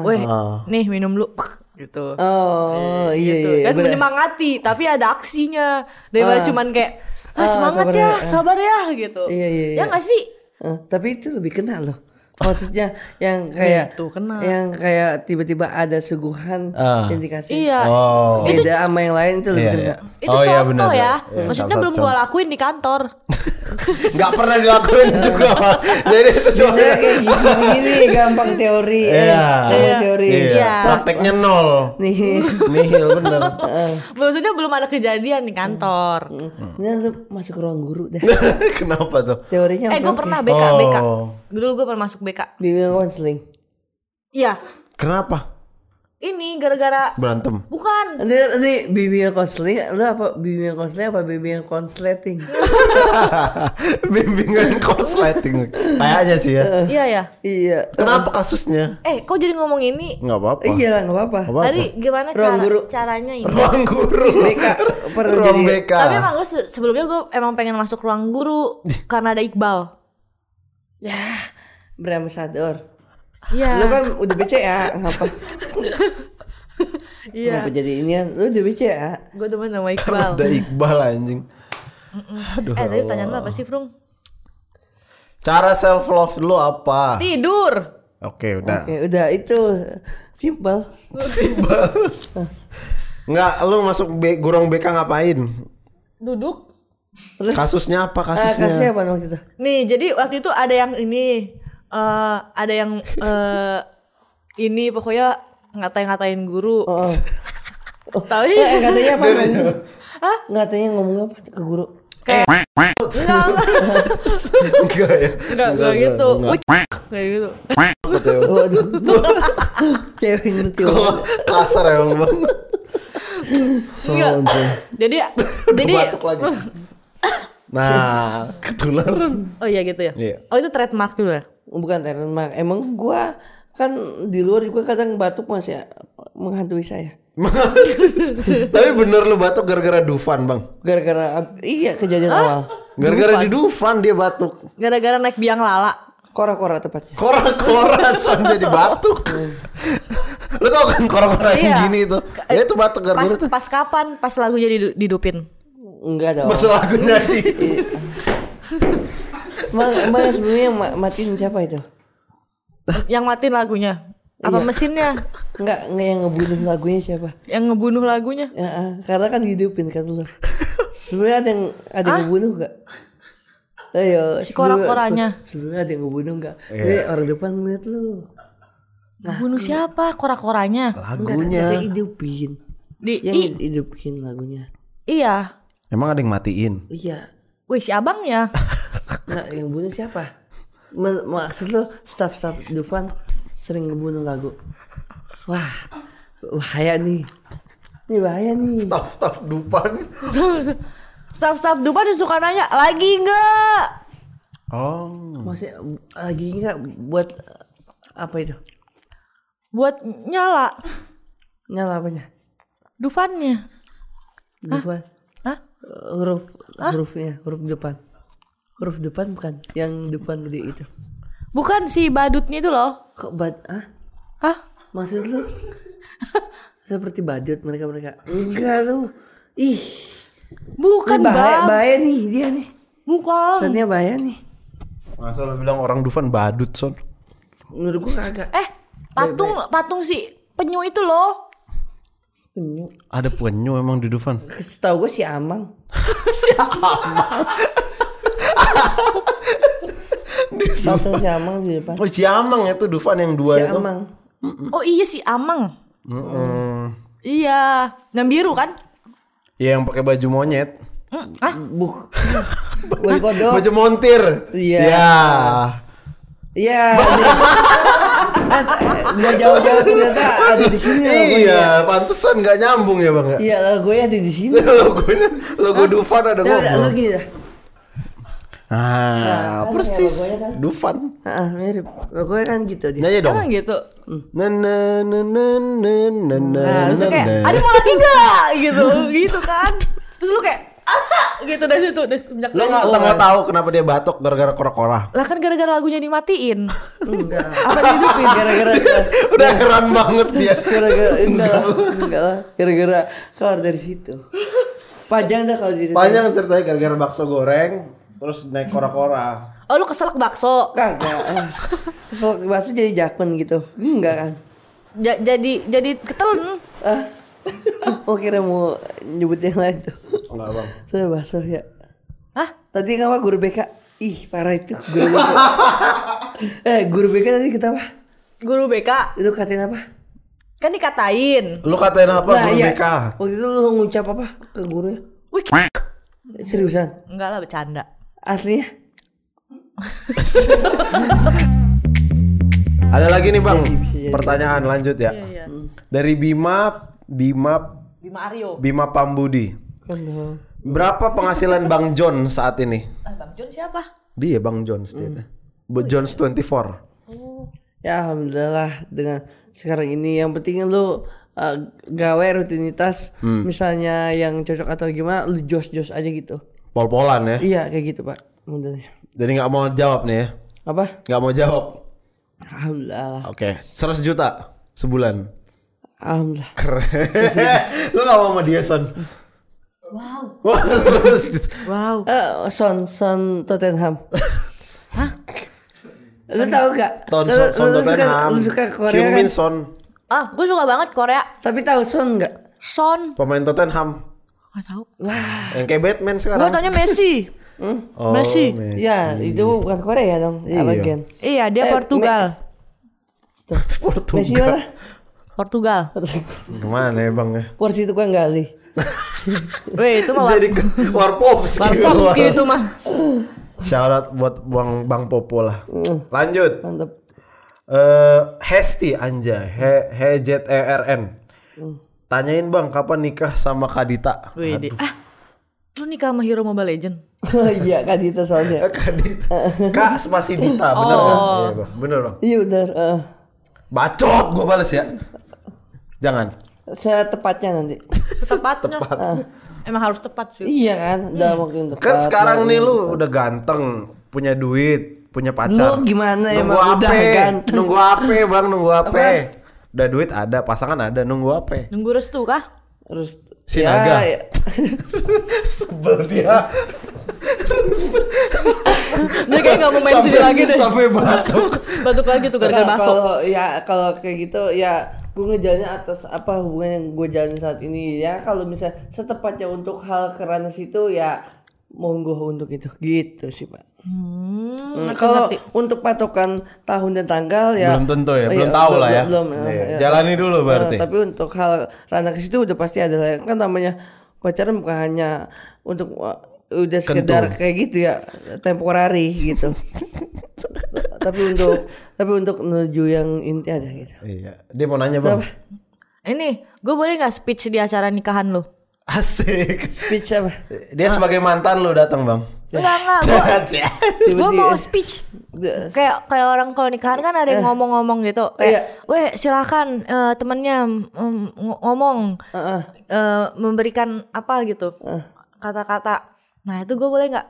S3: Weh,
S1: Iya. Ah.
S3: nih minum lu gitu.
S2: oh
S1: Eh,
S2: iya
S3: gitu.
S1: Kan
S2: iya
S3: dan
S2: bener.
S3: menyemangati tapi ada aksinya daripada
S2: Ah.
S3: cuman kayak
S2: Ah,
S3: ah, semangat
S2: sabar
S3: ya
S2: ya, ah."
S3: sabar ya gitu
S2: Iya, iya,
S3: ya
S2: iya.
S3: nggak sih
S2: Eh, tapi itu lebih kena loh maksudnya yang kayak
S3: Gitu, kena.
S2: yang kayak tiba-tiba ada suguhan
S1: Ah.
S2: yang dikasih
S3: Iya.
S1: Oh.
S2: beda sama yang lain itu lebih
S1: Iya,
S2: kena.
S1: iya.
S3: Itu
S1: Oh, iya, benar,
S3: contoh
S1: iya.
S3: ya.
S1: Iya,
S3: Maksudnya
S1: salah
S3: belum
S1: satu
S3: gua lakuin di
S2: [LAUGHS]
S3: kantor.
S1: nggak pernah dilakuin juga Iya. pak [LAUGHS] jadi itu cuma
S2: Biasanya kayak gini-gini gampang teori eh.
S1: Iya.
S2: Gampang teori
S1: Iya.
S3: Iya.
S1: prakteknya nol
S2: nih
S1: [COUGHS] nihil bener
S3: Maksudnya belum ada kejadian di kantor.
S2: ini langsung masuk ke ruang guru dah
S1: [LAUGHS] kenapa tuh
S2: teorinya
S3: Eh, gue
S2: apa?
S3: pernah BK,
S1: Oh.
S3: BK. Dulu gue pernah masuk BK.
S2: bimbingan konseling
S3: Iya.
S1: kenapa
S3: Ini gara-gara
S1: berantem
S3: bukan.
S2: Nanti, nanti bimbingan konseling lu apa bimbingan konseling apa bimbingan
S3: [LAUGHS]
S2: konsleting
S1: [LAUGHS] bimbingan korsleting kayaknya sih ya
S3: Iya ya.
S2: iya
S1: kenapa kasusnya
S3: Eh, kok jadi ngomong ini?
S1: nggak apa-apa
S2: iya lah nggak apa-apa
S1: Apa?
S3: Tadi gimana
S2: Ruang
S3: cara
S2: guru.
S3: caranya ini?
S1: [LAUGHS] ruang guru
S2: BK pernah
S1: ruang
S2: jadi
S1: BK
S3: Tapi emang gue sebelumnya gue emang pengen masuk ruang
S1: [LAUGHS]
S3: guru karena ada Iqbal.
S2: ya brand ambassador lu
S3: Iya.
S2: kan udah BCA ngapa
S3: Iya.
S2: ngapa jadi ini kan lu udah BCA
S3: Gue temen sama Iqbal.
S1: ada Iqbal anjing aduh
S3: Eh, tadi
S1: ya
S3: Eh, pertanyaan lu
S1: Allah.
S3: apa sih, Frung?
S1: cara self love lu apa
S3: Tidur.
S1: oke udah
S2: Oke, Ya udah itu simple
S1: [LAUGHS] Simpel. Nggak, lu masuk B- gurung BK ngapain?
S3: Duduk.
S2: terus
S1: Kasusnya apa
S2: ah,
S1: kasusnya?
S2: kasih apa waktu itu
S3: Nih, jadi waktu itu ada yang ini eh ada yang eh ini pokoknya ngatain-ngatain guru. [LAUGHS] ya?
S2: oh.
S3: Tapi
S2: Eh, katanya apa
S1: Dari-
S2: Hah? katanya ngomong apa ke guru
S3: enggak
S1: Enggak ya.
S3: enggak enggak gitu.
S1: enggak.
S3: Wih, Kayak gitu.
S2: waduh cewek ngerti
S1: Kok kasar emang bang.
S3: Enggak. Jadi jadi
S1: Jadi [LAUGHS] batuk lagi. Nah, ketularan. [LAUGHS]
S3: oh iya gitu ya.
S1: Iya.
S3: Oh itu trademark dulu ya.
S2: bukan trademark emang gua kan di luar gua kadang batuk masih menghantui saya
S1: Tapi bener lu batuk gara-gara Dufan bang.
S2: gara-gara iya kejadian awal
S1: Gara-gara di Dufan dia batuk.
S3: Gara-gara naik biang lala.
S2: kora-kora tepatnya
S1: Kora-kora [LAUGHS] son jadi batuk. lu tau kan kora-kora yang
S3: Iya.
S1: gini tuh. Ya itu batuk
S3: Pas
S1: gara-gara tuh.
S3: pas kapan? Pas lagunya didu-
S1: [LAUGHS]
S3: didupin.
S2: enggak dong
S1: Pas lagunya di.
S2: emang, emang yang sebelumnya yang ma- matiin siapa itu
S3: Yang matiin lagunya.
S1: Iya.
S3: Apa mesinnya?
S2: enggak enggak yang ngebunuh lagunya siapa
S3: Yang ngebunuh lagunya?
S2: ya, ah, karena kan dihidupin kan lu sebenarnya ada yang ada yang ngebunuh enggak Ayo,
S3: Si kora-koranya.
S2: sebelum- Sebelumnya ada yang ngebunuh enggak? Ini orang depan ngeliat lu. Nah, iya.
S3: Bunuh siapa? Kora-koranya.
S1: Lagunya.
S2: Ada hidupin.
S3: Di
S2: Yang
S3: i-
S2: hidupin lagunya.
S3: iya.
S1: Emang ada yang matiin?
S2: Iya.
S3: Wih si ya. abangnya.
S2: Enggak, yang bunuh siapa? Men- maksud lo staff-staff Dufan sering ngebunuh lagu. Wah, bahaya nih. Ini bahaya nih.
S1: Staff-staff Dufan.
S3: [LAUGHS] Staff-staff Dupa dia suka nanya lagi nggak?
S1: Oh.
S2: Masih lagi nggak buat eh, apa itu?
S3: Buat nyala
S2: Nyala apanya?
S3: Dufannya.
S2: Dufan.
S3: Hah?
S2: Eh, Huruf hurufnya, huruf depan. Huruf depan bukan yang depan gede itu.
S3: Bukan si badutnya itu loh.
S2: Kok bad ah?
S3: Hah?
S2: Maksud lu seperti badut mereka-mereka. Enggak lu. Ih,
S3: Bukan
S2: ini bahaya,
S3: bang.
S2: bahaya nih dia nih.
S3: Bukan.
S2: Soalnya bahaya nih.
S1: Masa lo bilang orang Dufan badut, Son?
S2: Menurut gua kagak.
S3: Eh patung patung si penyu itu loh.
S2: Penyu.
S1: Ada penyu emang di Dufan.
S2: Setahu gua si [LAUGHS] Amang. si Amang. Foto si Amang di depan.
S1: Oh, si Amang itu Dufan yang dua
S2: Si
S1: itu.
S2: Amang. Mm.
S3: Oh iya si Amang. Iya. Yang biru kan?
S1: Ya yang pakai baju monyet.
S3: Hmm, ah,
S2: Buk. Baju kodok.
S1: Baju montir.
S2: Iya.
S1: Ya.
S2: [LAUGHS] Iya. Eh, Nggak jauh-jauh ternyata ada di sini ya.
S1: Iya, pantesan nggak nyambung ya, Bang ya.
S2: Iya, gue ada di sini.
S1: [LAUGHS] logonya logo Dufan ada
S2: Ya, Lu
S1: ngobrol.
S2: gini dah.
S1: Ah, persis.
S2: ya, logonya
S1: Dufan.
S2: Heeh, mirip. Logo kan gitu dia.
S1: Nyanyi dong.
S3: emang gitu.
S1: Na na na na na na na.
S3: Nah, terus
S1: na,
S3: kayak,
S1: na.
S3: ada mau lagi
S1: [LAUGHS]
S3: gak? Gitu, gitu kan. Terus lu kayak, ah, gitu dari situ, dari semenjak
S1: Lo
S3: dari
S1: nggak
S3: situ.
S1: nggak tahu kenapa dia batuk gara-gara kora-kora. [LAUGHS]
S3: Lah kan gara-gara lagunya dimatiin.
S2: Enggak. Apa dihidupin [LAUGHS] gara-gara
S1: Udah heran banget dia.
S2: gara-gara enggak lah, enggak lah. Gara-gara keluar dari situ. Panjang dah kalau diceritain.
S1: Panjang ceritanya gara-gara bakso goreng terus naik kora-kora.
S3: Oh lu keselak bakso.
S2: Kagak. ah. Kesel bahasa jadi jakun gitu. Enggak kan?
S3: Ja- jadi jadi ketelen.
S2: Ah. Oh kira mau nyebut yang lain tuh.
S1: Enggak bang.
S2: Saya bahasa ya.
S3: Hah?
S2: Tadi kenapa guru BK? Ih parah itu guru BK. eh guru BK tadi kenapa?
S3: Guru BK
S2: Itu katanya apa?
S3: kan dikatain.
S1: Lu katain apa
S2: Lah,
S1: guru
S2: iya.
S1: BK?
S2: Waktu itu lu ngucap apa ke gurunya?
S3: Wih,
S2: Seriusan?
S3: enggak lah bercanda.
S2: Aslinya?
S1: Ada lagi nih bang.
S2: bisa jadi.
S1: Pertanyaan lanjut ya.
S2: Hmm.
S1: Dari Bima Bima
S3: Bima Aryo.
S1: Bima Pambudi. Berapa penghasilan Bang John saat ini?
S3: Ah, Bang Jun siapa?
S1: Dia Bang John
S2: Hmm.
S1: ternyata.
S2: Oh, iya.
S1: Bu John's 24.
S2: Ya alhamdulillah dengan sekarang ini yang penting lu uh, gawe rutinitas
S1: Hmm.
S2: misalnya yang cocok atau gimana lu jos-jos aja gitu.
S1: Pol-polan ya.
S2: Iya kayak gitu Pak. Modelnya.
S1: Jadi nggak mau jawab nih ya.
S2: Apa?
S1: Nggak mau jawab.
S2: Alhamdulillah.
S1: Oke. 100 juta sebulan.
S2: Alhamdulillah.
S1: Keren. [LAUGHS] Lu nggak mau sama dia Son? Wow. 100 juta.
S3: Wow.
S2: Eh, son son
S1: [LAUGHS]
S2: Tottenham. Hah? Lu tahu gak?
S1: [LAUGHS] Ton
S2: Lu-
S1: Son,
S2: lu-
S1: Son
S2: lu suka-
S1: Tottenham.
S2: Lu suka Korea
S1: Hyun
S2: kan?
S1: Min Son,
S3: Ah, gue suka banget Korea.
S2: Tapi tahu Son gak?
S3: Son.
S1: pemain Tottenham.
S3: Gak tahu.
S1: Yang kayak Batman sekarang.
S3: Gue tanya Messi.
S1: Oh,
S3: Messi.
S1: Messi.
S2: Ya, itu bukan Korea dong.
S1: Iya.
S2: Abagian.
S3: Iya, dia
S2: Eh,
S3: Portugal.
S2: Messi
S1: Portugal.
S2: mana?
S3: Portugal.
S1: [LAUGHS] Gimana ya bang ya?
S2: Porsi tukang gali.
S3: Weh, itu mah war-
S1: Jadi warpops
S3: Warpops gitu mah.
S1: Shout out buat Bang Bang Popo lah. Lanjut.
S2: Mantap.
S1: Eh Hesti Anja, He Hejet ERN. E, Tanyain Bang kapan nikah sama Kadita?
S3: Wih, deh. Ah, lu nikah sama Hero Mobile Legend.
S2: [LAUGHS] Oh iya kan itu soalnya.
S1: Eh, Kadita. [LAUGHS] Kak spasi Dita,
S2: Oh.
S1: bener kan? Iya, bang. Bener Bang.
S2: Iya benar. eh.
S1: Bacot gue bales ya. Jangan.
S2: setepatnya nanti.
S3: [LAUGHS] Tepatnya. Ah. Emang harus tepat sih.
S2: iya kan, dalam waktu yang tepat. ya.
S1: Kan sekarang nih lu udah ganteng, punya duit, punya pacar.
S2: Lu gimana
S1: nunggu
S2: emang
S1: apa?
S2: udah ganteng?
S1: Nunggu apa, Bang? Nunggu apa? Udah duit ada, pasangan ada, nunggu apa?
S3: Nunggu restu kah?
S2: Terus
S1: Sinaga.
S2: Ya, ya.
S1: Sebel dia.
S3: Dia kayak gak mau main sini
S1: Sampai-
S3: lagi deh.
S1: Sampai batuk.
S3: [LAUGHS] Batuk lagi tuh gara-gara
S2: Nggak,
S3: masuk.
S2: kalau ya kalau kayak gitu ya gue ngejalannya atas apa hubungan yang gue jalani saat ini ya kalau misalnya setepatnya untuk hal kerana situ ya monggo untuk itu gitu sih pak.
S3: Hmm,
S2: Hmm,
S3: ngerti,
S2: kalau
S3: ngerti.
S2: untuk patokan tahun dan tanggal ya
S1: Belum tentu ya,
S2: iya,
S1: belum tahu
S2: belum-
S1: lah ya.
S2: belum,
S1: Iya,
S2: eh,
S1: iya.
S2: iya.
S1: Jalani dulu
S2: Eh,
S1: berarti.
S2: tapi untuk hal ranah ke situ udah pasti ada lah. kan namanya pacaran bukan hanya untuk wah, udah sekedar kayak gitu ya temporari
S1: [LAUGHS]
S2: gitu. tapi untuk tapi untuk menuju yang inti ada gitu.
S1: Iya, dia mau nanya bang.
S3: Ini, gue boleh gak speech di acara nikahan lu?
S1: Asik. Ah.
S2: Speech
S1: [LAUGHS]
S2: apa?
S1: Dia sebagai mantan lu datang bang.
S3: Enggak, enggak. Gue gue mau speech kayak kayak orang kalau nikahan kan ada yang ngomong-ngomong gitu
S2: Iya.
S3: kayak weh silakan eh, temennya mm, ng- ngomong
S2: Heeh.
S3: eh, memberikan apa gitu kata-kata nah itu gue boleh nggak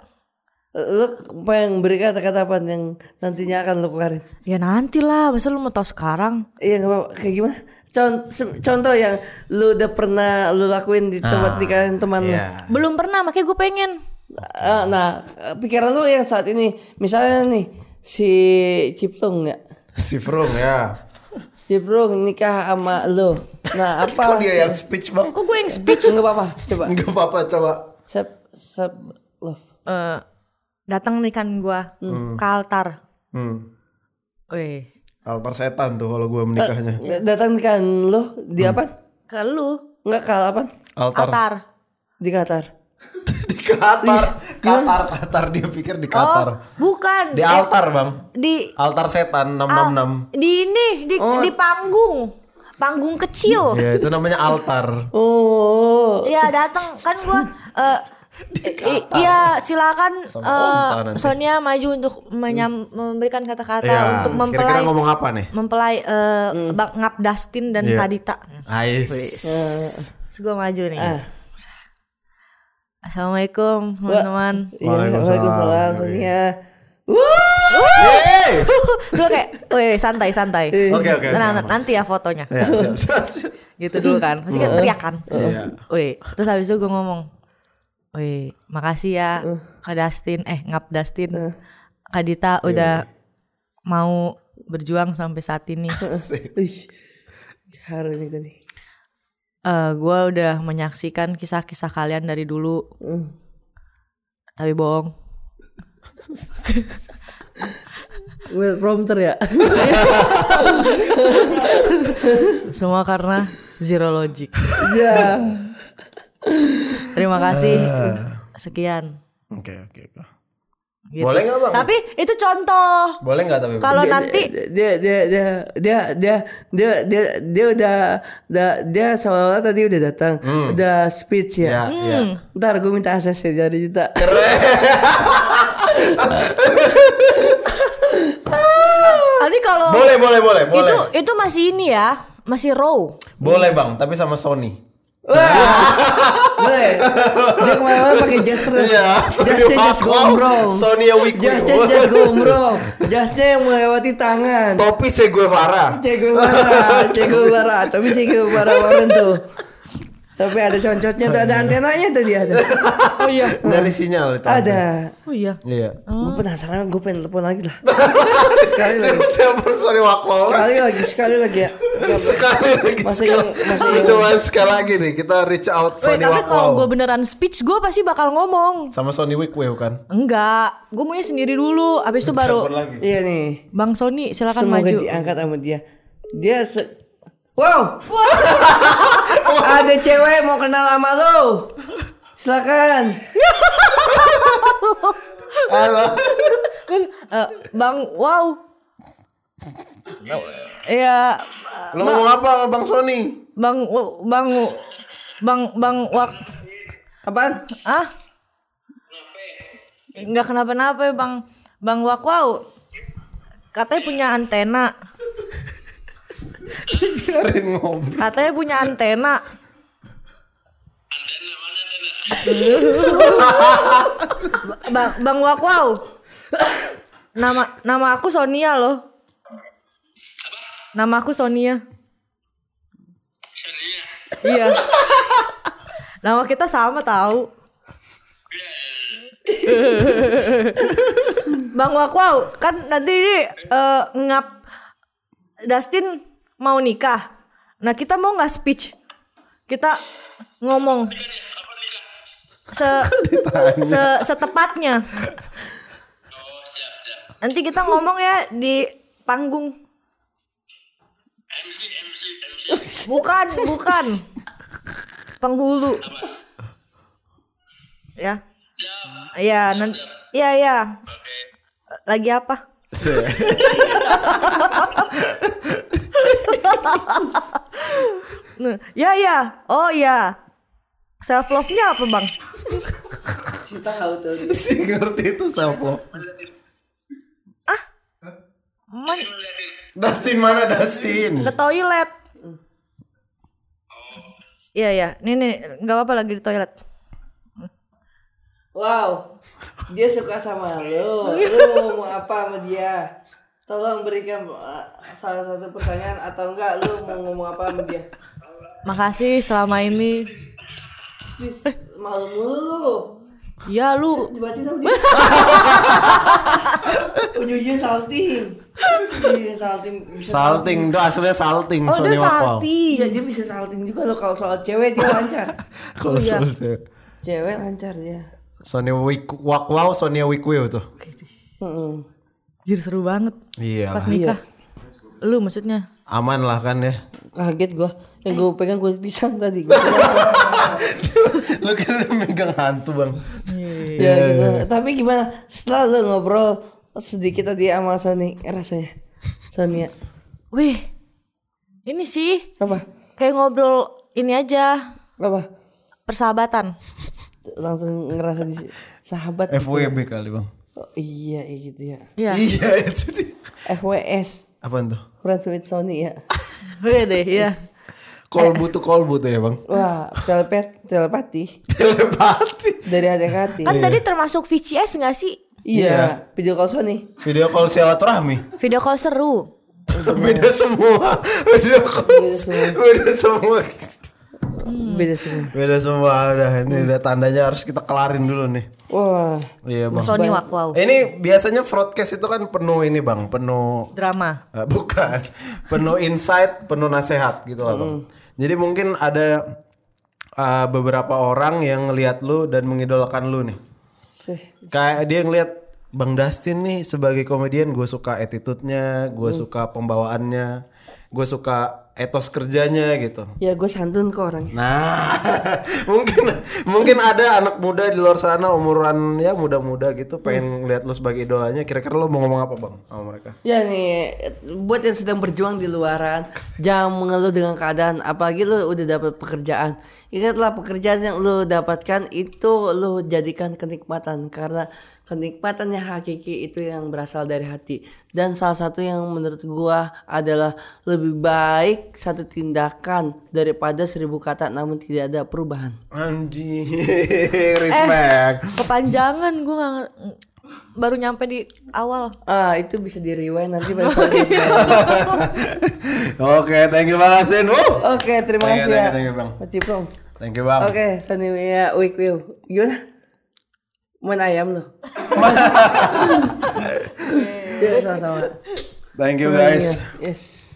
S2: Lu apa yang beri kata-kata apa yang nantinya akan lu keluarin?
S3: ya nanti lah masa lu mau tahu sekarang
S2: Iya nggak apa kayak gimana? Contoh, contoh yang lu udah pernah lu lakuin di tempat nikahan teman lu.
S1: Ah, Iya.
S3: belum pernah makanya gue pengen
S2: Eh, nah, eh, pikiran lu yang saat ini, misalnya nih si Ciplung ya,
S1: Si Frung ya.
S2: Ciplung nikah sama lu.
S1: [LAUGHS]
S2: Nah apa?
S1: Kok dia yang speech bang?
S3: kok gue yang speech
S2: Nggak apa-apa, coba.
S1: Gak apa-apa coba.
S2: Sep, sep, love.
S3: Eh, datang nikahan gue ke altar
S1: Hmm.
S3: weh
S1: Altar setan tuh kalau gue menikahnya.
S2: Datang nikahan lu di
S1: Hmm.
S2: apa?
S3: ke lu
S2: Nggak kalah apa?
S1: Altar.
S3: Eh, altar Iya.
S2: Di Qatar.
S1: [LAUGHS] di Qatar. Qatar, Qatar dia pikir di
S3: oh
S1: Qatar.
S3: bukan
S1: Di
S3: Eh,
S1: altar bang.
S3: di
S1: Altar setan
S3: Ah,
S1: 666.
S3: Di ini di, di panggung, panggung kecil.
S1: Ya itu namanya altar.
S2: Oh,
S3: ya datang kan gua. eh, i- Iya silakan
S1: Sama
S3: eh,
S1: onta nanti.
S3: Sonia maju untuk menyam- memberikan kata-kata
S1: Ya,
S3: untuk
S1: Kira-kira
S3: mempelai
S1: ngomong apa nih?
S3: mempelai eh, Bang Ngap Dustin dan
S1: Iya.
S3: Kadita.
S1: Ais.
S3: Terus gua maju nih.
S1: Ah.
S3: Assalamualaikum teman-teman. [LAUGHS]
S2: iya,
S1: Waalaikumsalam.
S2: waalaikumsalam, Sonia.
S3: Ah.
S1: Yeay.
S3: Gua kayak, "Woi, santai santai."
S1: Oke oke. oke, aman.
S3: Tenang, nanti ya fotonya.
S1: Ya, siap, [LAUGHS] siap, siap.
S3: gitu dulu kan pasti kan teriak kan
S1: Iya.
S3: Woi, terus habis itu
S1: Iya.
S3: gue ngomong, woi, makasih ya, Kak Dustin, eh ngap Dustin, Kak Dita udah mau berjuang sampai saat ini.
S1: Iya.
S2: Wih. Haru nih tadi.
S3: Eh, gua udah menyaksikan kisah-kisah kalian dari dulu.
S1: Iya.
S3: Tapi bohong.
S2: Well, prompter ya.
S3: Semua karena zero logic.
S2: [LAUGHS] Ya.
S3: Terima kasih.
S1: Eh.
S3: Sekian.
S1: Oke oke. oke.
S3: Gitu.
S1: Boleh nggak bang?
S3: Tapi itu contoh.
S1: Boleh nggak tapi? Bang?
S3: Kalau
S2: Dia-
S3: nanti
S2: dia dia dia dia dia dia dia, dia udah udah dia sama tadi udah datang udah
S1: Hmm.
S2: speech
S1: Ya,
S2: ya.
S1: ya.
S3: Hmm.
S2: Ntar gue minta akses ya dari Dita.
S3: nanti kalau
S1: Boleh boleh boleh boleh.
S3: itu itu masih ini ya, masih raw.
S1: Boleh bang, tapi sama Sony.
S2: [LAUGHS] Boleh. Dia kemarin
S1: [LAUGHS]
S2: pakai jas terus.
S1: Iya, Sony
S2: Jasnya jas
S1: Wakwau,
S2: gombrong.
S1: Sony yang wik-wik.
S2: Jasnya jas gombrong. Jasnya yang melewati tangan.
S1: Topi saya gue Farah.
S2: Cego bara, cego bara, tapi cego bara Warren tuh. Tapi ada concotnya tuh, ada antenanya tuh dia ada.
S3: Oh iya.
S1: Dari sinyal itu.
S2: Ada.
S3: Oh iya.
S1: Iya. [LAUGHS]
S2: Gue penasaran, gue pengen telepon lagi
S3: [LAUGHS]
S2: lah. sekali
S1: Dia
S2: lagi,
S1: telepon Sony Wakwau.
S2: sekali lagi, sekali lagi ya.
S1: sekali lagi sekali,
S2: Masih ingat-
S1: Kita
S2: masih ingat.
S1: coba sekali lagi nih kita reach out
S3: Weh,
S1: Sony
S3: tapi kalau gue
S1: Wakwau
S3: beneran speech gue pasti bakal ngomong.
S1: sama Sony Wickwave kan
S3: Enggak, gue maunya sendiri dulu. Abis itu baru
S1: Telepon
S3: [LAUGHS]
S1: lagi
S2: Iya nih.
S3: Bang Sony silakan
S2: Semoga
S3: maju.
S2: diangkat sama dia. Dia se Wow. [LAUGHS] Ada cewek mau kenal sama lo. Silakan.
S1: halo
S3: Eh, bang, wow. Iya,
S1: lo ngomong apa sama Bang Sony
S3: bang, bang, bang, bang, wak,
S2: Apaan?
S3: ah? Enggak kenapa-napa ya bang, bang wak wow. Katanya punya antena,
S1: biarin ngobrol
S3: katanya punya antena. bang, bang wak wow. Nama, nama aku Sonia loh. Nama aku Sonia.
S5: Iya,
S3: Iya. Nama kita sama tahu. Bang Wakwau, kan nanti ini eh, ngap Dustin mau nikah. Nah kita mau nggak speech? Kita ngomong se, se setepatnya.
S5: oh siap siap.
S3: Nanti kita ngomong ya di panggung.
S5: MC MC MC.
S3: Bukan, bukan. Penghulu. Ya. Iya, nanti iya iya. Lagi apa? Nah, Ya ya. Oh ya. Self love-nya apa, Bang?
S1: si ngerti itu self love
S3: Ah. Man,
S1: Dustin mana Dustin
S3: ke toilet. Iya ya. Nih nih, enggak apa-apa lagi di toilet.
S2: Wow, dia suka sama lo. Lo mau apa sama dia? Tolong berikan uh, salah satu pertanyaan atau enggak lo mau ngomong apa sama dia?
S3: Makasih selama ini.
S2: Please, malu mulu lo.
S3: Ya lu
S2: Dibatin sama [LAUGHS] dia. Ujung-ujungnya salting. Ujung-ujungnya salting. Bisa
S1: salting itu aslinya salting
S3: Oh,
S1: Sony
S3: dia
S1: Wakwau
S3: salting.
S2: Iya dia bisa salting juga lo kalau soal cewek dia lancar.
S1: kalau
S3: Iya.
S1: soal
S2: [LAUGHS] cewek lancar dia.
S1: Sony Wick Wakwau Sony Wickwave tuh
S2: Mm-mm.
S3: Jir seru banget.
S1: iya
S3: Pas nikah. Lu maksudnya?
S1: aman lah kan ya
S2: Kaget gua. Yang gua pegang gua pisang tadi. Gua
S1: lu kan megang hantu bang
S2: ya, gitu. Tapi gimana setelah lo ngobrol sedikit tadi sama Sony ya? rasanya? Sonia
S3: Wih. Ini sih
S2: apa?
S3: kayak ngobrol ini aja
S2: Apa?
S3: persahabatan.
S2: Langsung ngerasa di sahabat.
S1: FWB kali bang
S2: Oh, iya, iya gitu ya.
S3: Iya. Eh.
S1: iya itu dia
S2: FWS
S1: apaan tuh
S2: Friends with Sony ya.
S3: Oke deh, iya.
S1: kolbu tuh kolbu tuh ya bang
S2: Wah, telepet telepati
S1: telepati
S2: dari hati ke hati.
S3: Kan tadi termasuk VCS nggak sih?
S2: Iya, video call Sony.
S1: video call silaturahmi
S3: Video call seru. Iya.
S1: beda semua beda kos
S2: semua.
S1: beda semua
S2: Beda semua.
S1: Beda semua udah ini udah tandanya harus kita kelarin dulu nih.
S2: Wah.
S1: Iya bang.
S3: Mas Sony Wakwau.
S1: Ini biasanya broadcast itu kan penuh ini bang, penuh
S3: Drama.
S1: eh, [LAUGHS] bukan, penuh insight, penuh nasihat gitu lah bang. Jadi mungkin ada eh, beberapa orang yang ngelihat lu dan mengidolakan lu nih.
S2: Sih.
S1: Kayak dia ngelihat Bang Dustin nih sebagai komedian gue suka attitude-nya, gue suka pembawaannya, gue suka etos kerjanya gitu.
S2: Ya gue santun kok orangnya.
S1: Nah, [LAUGHS] mungkin mungkin ada anak muda di luar sana umuran ya muda-muda gitu pengen lihat lu sebagai idolanya. Kira-kira lu mau ngomong apa, Bang, sama mereka?
S2: Ya nih, buat yang sedang berjuang di luaran, jangan mengeluh dengan keadaan. Apalagi lu udah dapat pekerjaan. Ingatlah pekerjaan yang lu dapatkan itu lu jadikan kenikmatan karena kenikmatan yang hakiki itu yang berasal dari hati. Dan salah satu yang menurut gua adalah lebih baik satu tindakan daripada seribu kata namun tidak ada perubahan.
S1: Anjing, [LAUGHS] respect.
S3: Kepanjangan gue nggak nger- baru nyampe di awal.
S2: Ah, itu bisa di rewind
S1: [LAUGHS]
S2: nanti pada saat-
S1: Oke, thank you Bang Asin. Wuh.
S2: Oke, terima
S1: Thank you, thank
S2: kasih ya.
S1: you, thank you, Bang.
S2: Mas Ciprung.
S1: Thank you, Bang.
S2: Oke, Sunny Mia Week View. Gimana? Main ayam lo. ya sama-sama.
S1: Thank you guys.
S2: Iya, Yes.